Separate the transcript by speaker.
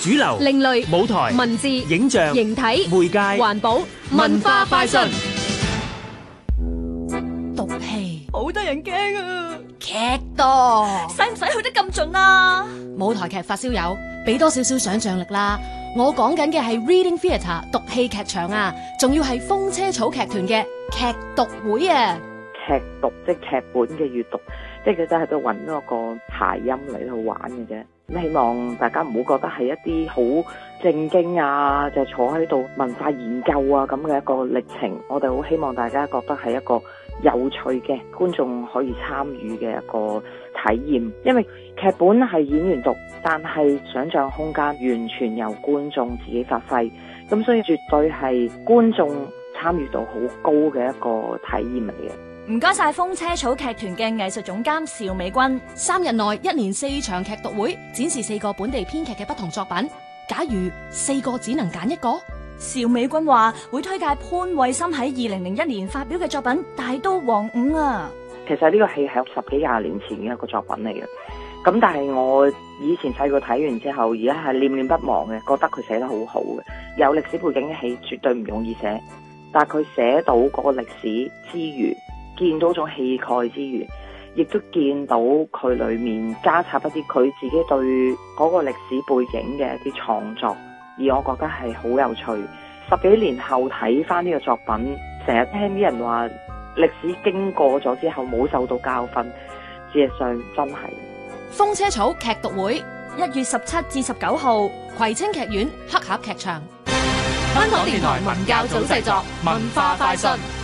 Speaker 1: 主流、
Speaker 2: 另類、
Speaker 1: 舞台、
Speaker 2: 文字、
Speaker 1: 影像、
Speaker 2: 形體、
Speaker 1: 媒介、
Speaker 2: 環保、文化快訊。
Speaker 3: 毒氣
Speaker 4: 好得人驚啊！
Speaker 3: 劇多，
Speaker 4: 使唔使去得咁盡啊？
Speaker 3: 舞台劇發燒友，俾多少少想像力啦。我講緊嘅係 Reading Theatre 毒氣劇場啊，仲要係風車草劇團嘅劇毒會啊！
Speaker 5: 劇讀即係劇本嘅閱讀，即係佢都係度揾嗰個諧音嚟去玩嘅啫。咁希望大家唔好覺得係一啲好正經啊，就係坐喺度文化研究啊咁嘅一個歷程。我哋好希望大家覺得係一個有趣嘅觀眾可以參與嘅一個體驗，因為劇本係演員讀，但係想像空間完全由觀眾自己發揮，咁所以絕對係觀眾參與度好高嘅一個體驗嚟嘅。
Speaker 4: 唔該晒風車草劇團嘅藝術總監邵美君。
Speaker 3: 三日內一連四場劇讀會，展示四個本地編劇嘅不同作品。假如四個只能揀一個，
Speaker 4: 邵美君話會推介潘慧心喺二零零一年發表嘅作品《大都王五》啊。
Speaker 5: 其實呢個戲係十幾廿年前嘅一個作品嚟嘅，咁但係我以前細個睇完之後，而家係念念不忘嘅，覺得佢寫得好好嘅，有歷史背景嘅戲絕對唔容易寫，但係佢寫到嗰個歷史之餘，見到種氣概之餘，亦都見到佢裏面加插一啲佢自己對嗰個歷史背景嘅一啲創作，而我覺得係好有趣。十幾年後睇翻呢個作品，成日聽啲人話。歷史經過咗之後冇受到教訓，事實上真係。
Speaker 3: 風車草劇讀會，
Speaker 4: 一月十七至十九號，
Speaker 3: 葵青劇院黑盒劇場。
Speaker 2: 香港電台文教組製作，文化快訊。